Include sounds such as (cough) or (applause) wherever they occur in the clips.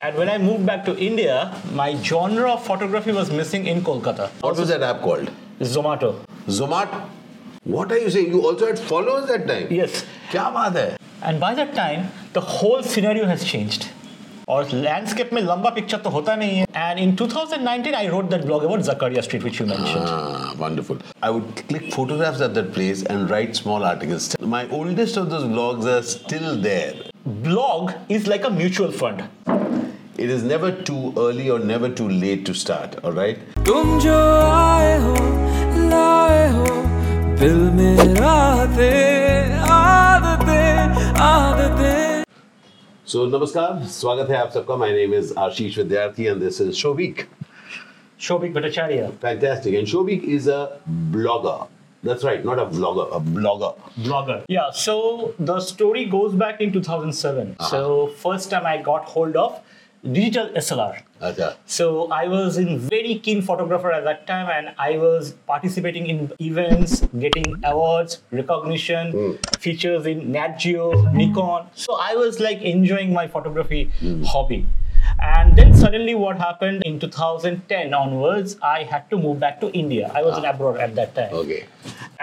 And when I moved back to India, my genre of photography was missing in Kolkata. What was that app called? Zomato. Zomato. What are you saying? You also had followers that time. Yes. क्या बात है? And by that time, the whole scenario has changed. और landscape में लंबा picture तो होता नहीं है and in 2019 I wrote that blog about Zakaria street which you mentioned Ah, wonderful. I would click photographs at that place and write small articles. My oldest of those blogs are still there. Blog is like a mutual fund It is never too early or never too late to start, all right? तुम जो आए हो लाए हो दिल में रातें आदतें आदतें So, namaskar. Swagat hai aap sabka. My name is Ashish Vidyarthi and this is Shovik. Shobhik Bhattacharya Fantastic. And Shovik is a blogger. That's right, not a vlogger, a blogger. blogger yeah so the story goes back in 2007 so first time i got hold of digital slr Acha. so i was in very keen photographer at that time and i was participating in events getting awards recognition features in nat geo nikon so i was like enjoying my photography hobby and then suddenly what happened in 2010 onwards i had to move back to india i was in abroad at that time Okay.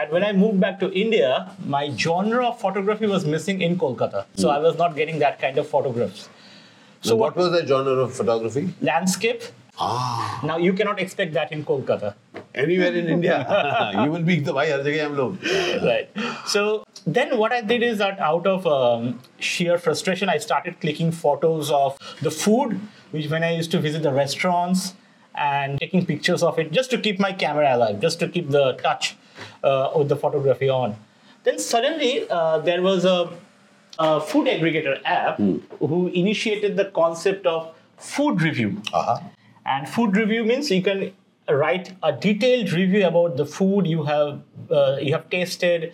and when I moved back to India, my genre of photography was missing in Kolkata. So I was not getting that kind of photographs. So, what was the genre of photography? Landscape. Ah. Now you cannot expect that in Kolkata. Anywhere in India. (laughs) you will be the bhai har jagah hum log. (laughs) Right. So then what I did is that out of um, sheer frustration, I started clicking photos of the food, which when I used to visit the restaurants and taking pictures of it just to keep my camera alive, just to keep the touch uh, of the photography on. Then suddenly uh, there was a, a food aggregator app who initiated the concept of food review. Uh-huh. And food review means you can write a detailed review about the food you have uh, you have tasted,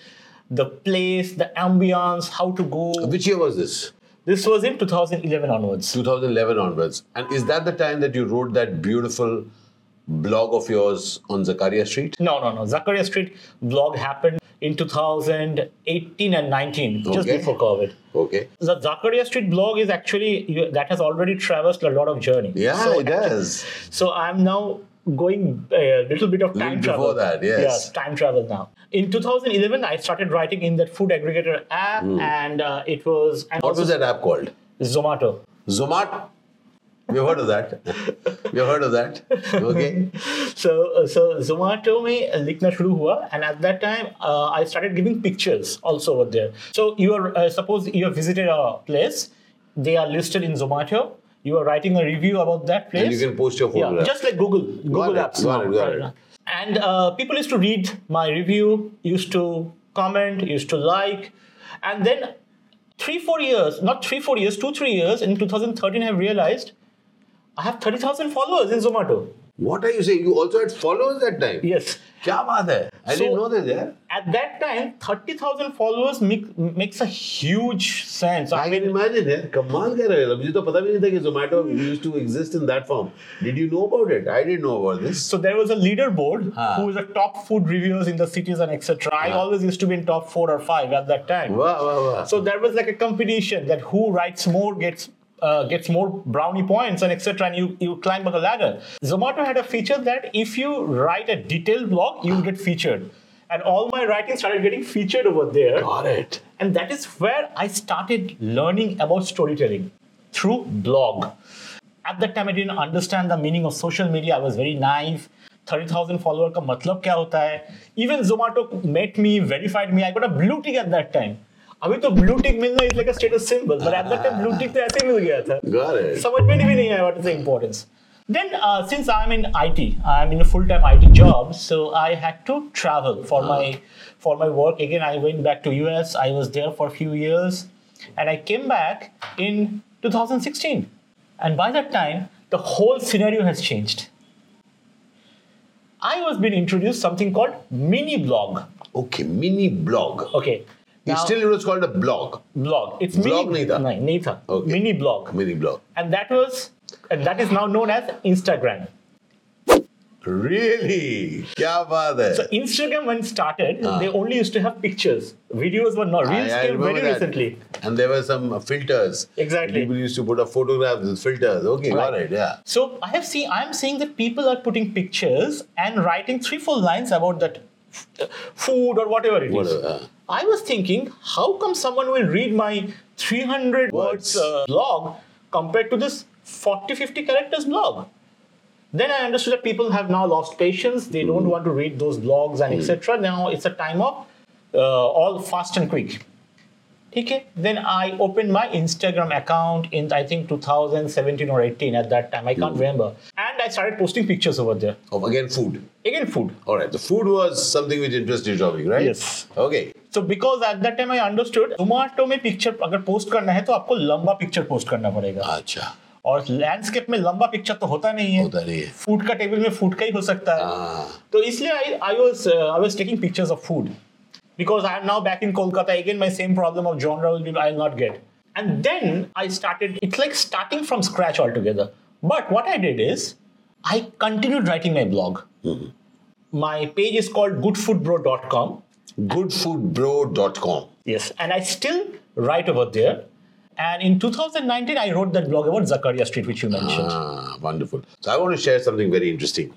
the place, the ambience, how to go. Which year was this? This was in 2011 onwards. 2011 onwards. And is that the time that you wrote that beautiful blog of yours on Zakaria Street? No, no, no. Zakaria Street blog happened in 2018 and 19, just Okay. before COVID. Okay. The Zakaria Street blog is actually you- that has already traversed a lot of journey. Yeah, So it does. So I'm now going uh, a little bit of time Little travel. before that, yes. time travel now. In 2011, I started writing in that food aggregator app, and uh, it was and Hmm. What was that app called? Zomato. Zomato. We've heard of that. We've heard of that. (laughs) Okay. So uh, so Zomato mein likhna shuru hua, and at that time uh, I started giving pictures also over there. So you are uh, suppose you have visited a place, they are listed in Zomato. You are writing a review about that place. And you can post your Yeah, photograph. just like Google, Google it, Apps. got now, it, got right it. now. And uh, people used to read my review, used to comment, used to like, and then three, four years, not three, four years, two, three years in 2013, I realized I have 30,000 followers in Zomato. What are you saying? You also had followers that time. Yes. Kya baat hai? I So- didn't know that. Yeah. At that time, 30,000 followers make, makes a huge sense. I can imagine. Yeah. कमाल कर रहे हो मुझे तो पता भी नहीं था कि Zomato used to exist in that form. Did you know about it? I didn't know about this. So there was a leaderboard Ah. who is the top food reviewers in the cities and etc. I always used to be in top four or five at that time. Wow, wow, wow. So there was like a competition that who writes more gets uh, gets more brownie points and etc. And you you climb up the ladder. Zomato had a feature that if you write a detailed blog, you get featured. And all my writing started getting featured over there. Got it. And that is where I started learning about storytelling through blog. At that time, I didn't understand the meaning of social media. I was very naive. 30,000 follower का मतलब क्या होता है? Even Zomato met me, verified me. I got a blue tick at that time. अभी तो blue tick मिलना is like a status symbol. But at that time, blue tick तो ऐसे ही मिल गया था. Got it. समझ में भी नहीं आया what is the importance. Then, uh, since I'm in IT, I'm in a full-time IT job, so I had to travel for Ah. my for my work. Again, I went back to US. I was there for a few years, and I came back in 2016. And by that time, the whole scenario has changed. I was being introduced something called mini blog. Okay, mini blog. Okay, It's still it was called a blog. blog. It's Blog mini नहीं था? नहीं, नहीं था. Okay. Mini blog. Mini blog. and that was and that is now known as instagram Really? Kya baat hai? So Instagram when started, they only used to have pictures. Videos were not. Reels Ah. I- I came very remember that. recently. And there were some uh, filters. Exactly. People used to put up photographs with filters. Okay, got Right. it. Yeah. So I have seen. I am seeing that people are putting pictures and writing three, four lines about that f- uh, food or whatever it is. Whatever, uh. I was thinking, how come someone will read my 300 words, Words. uh, blog compared to this 40, 50 characters blog? Then I understood that people have now lost patience. They don't want to read those blogs and etc. Now it's a time of uh, all fast and quick. Okay. Then I opened my Instagram account in I think 2017 or 18 at that time. I can't remember. And I started posting pictures over there. Oh, again, food. Again, food. All right. The food was something which interested you, Topic, right? Yes. Okay. So because at that time I understood Zomato में picture अगर post करना है तो आपको लंबा picture post करना पड़ेगा Acha. और लैंडस्केप में लंबा पिक्चर तो होता नहीं है होता नहीं है। फूड का टेबल में फूड का ही हो सकता है Ah. तो इसलिए I I was I was taking pictures of food because I am now back in Kolkata again my same problem of genre will be I not get and then I started it's like starting from scratch all together but what I did is I continued writing my blog my page is called goodfoodbro.com Goodfoodbro.com. Yes, and I still write over there. And in 2019, I wrote that blog about Zakaria Street, which you mentioned. Ah, wonderful. So I want to share something very interesting.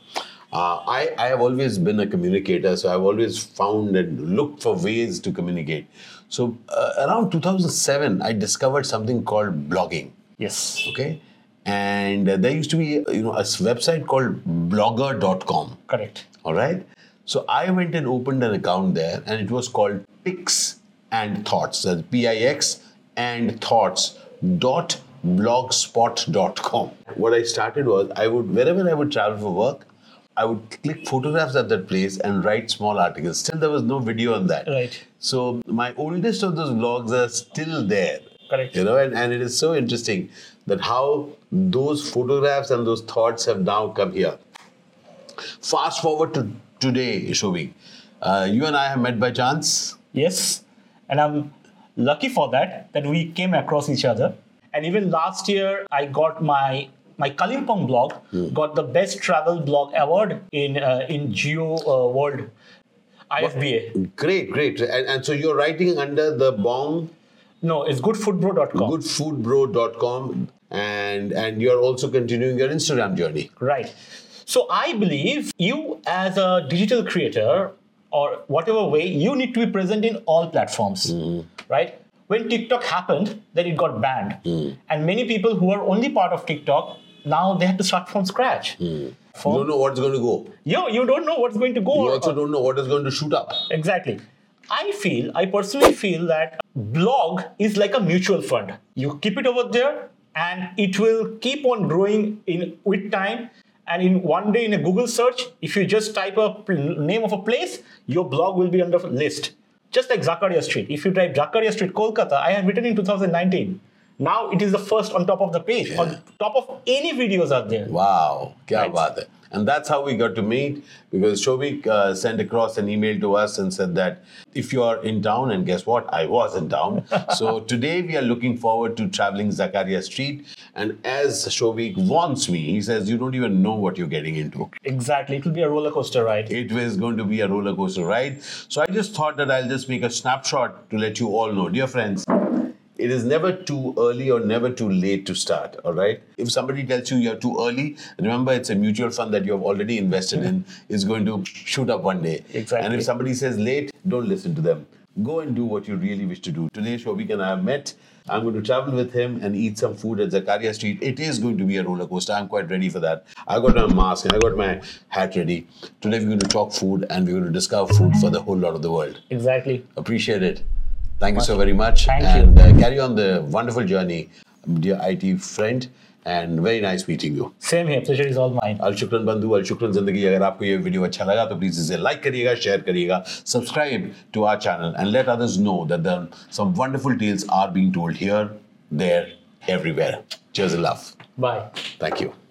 Uh, I, I have always been a communicator, so I've always found and looked for ways to communicate. So uh, around 2007, I discovered something called blogging. yes. Okay. And uh, there used to be, you know, a s- website called blogger.com. Correct. All right. So I went and opened an account there, and it was called Pix and Thoughts. That's P I X and Thoughts dot blogspot.com. What I started was I would wherever I would travel for work, I would click photographs at that place and write small articles. Still, there was no video on that. Right. So my oldest of those blogs are still there. Correct. You know, and, and it is so interesting that how those photographs and those thoughts have now come here. Fast forward to today, Shobhi. Uh, you and I have met by chance. Yes. And I'm lucky for that, that we came across each other. And even last year, I got my my Kalimpong blog got the best travel blog award in uh, in Geo uh, World IFBA. Great, great. And, and so you're writing under the bong No, it's goodfoodbro.com. goodfoodbro.com and and you're also continuing your Instagram journey. Right. So I believe you, as a digital creator or whatever way, you need to be present in all platforms. Hmm. Right. When TikTok happened, then it got banned, Hmm. and many people who are only part of TikTok now they have to start from scratch. You For- don't know what's going to go. Yo, you don't know what's going to go. You or- also don't know what is going to shoot up. Exactly. I feel, I personally feel that blog is like a mutual fund. You keep it over there and it will keep on growing in with time. And in one day in a Google search, if you just type a pl- name of a place, your blog will be on the list. Just like Zakaria Street. If you type Zakaria Street, Kolkata, I have written in 2019. Now it is the first on top of the page. On top of any videos out there. Wow, kya Right. baat hai. And that's how we got to meet because Shobik uh, sent across an email to us and said that if you are in town, and guess what? I was in town. so today we are looking forward to traveling Zakaria Street. And as Shobik warns me, he says, you don't even know what you're getting into. Exactly. It will be a roller coaster ride. It was going to be a roller coaster ride. So I just thought that I'll just make a snapshot to let you all know. Dear friends, it is never too early or never too late to start, all right? If somebody tells you you're too early, remember it's a mutual fund that you have already invested in, is going to shoot up one day. Exactly. And if somebody says late, don't listen to them. Go and do what you really wish to do. Today, Shobik and I have met. I'm going to travel with him and eat some food at Zakaria Street. It is going to be a roller coaster. I'm quite ready for that. I got my mask and I got my hat ready. Today, we're going to talk food and we're going to discover food for the whole lot of the world. Exactly. Appreciate it. Thank you so very much. Thank and, you. uh, carry on the wonderful journey, dear IT friend. And very nice meeting you. Same here. Pleasure is all mine. अल शुक्रन बंधु अल शुक्रन जिंदगी अगर आपको ये video अच्छा लगा तो प्लीज इसे लाइक करिएगा शेयर करिएगा subscribe to our channel and let others know that there some wonderful tales are being told here there everywhere cheers love Bye. Thank you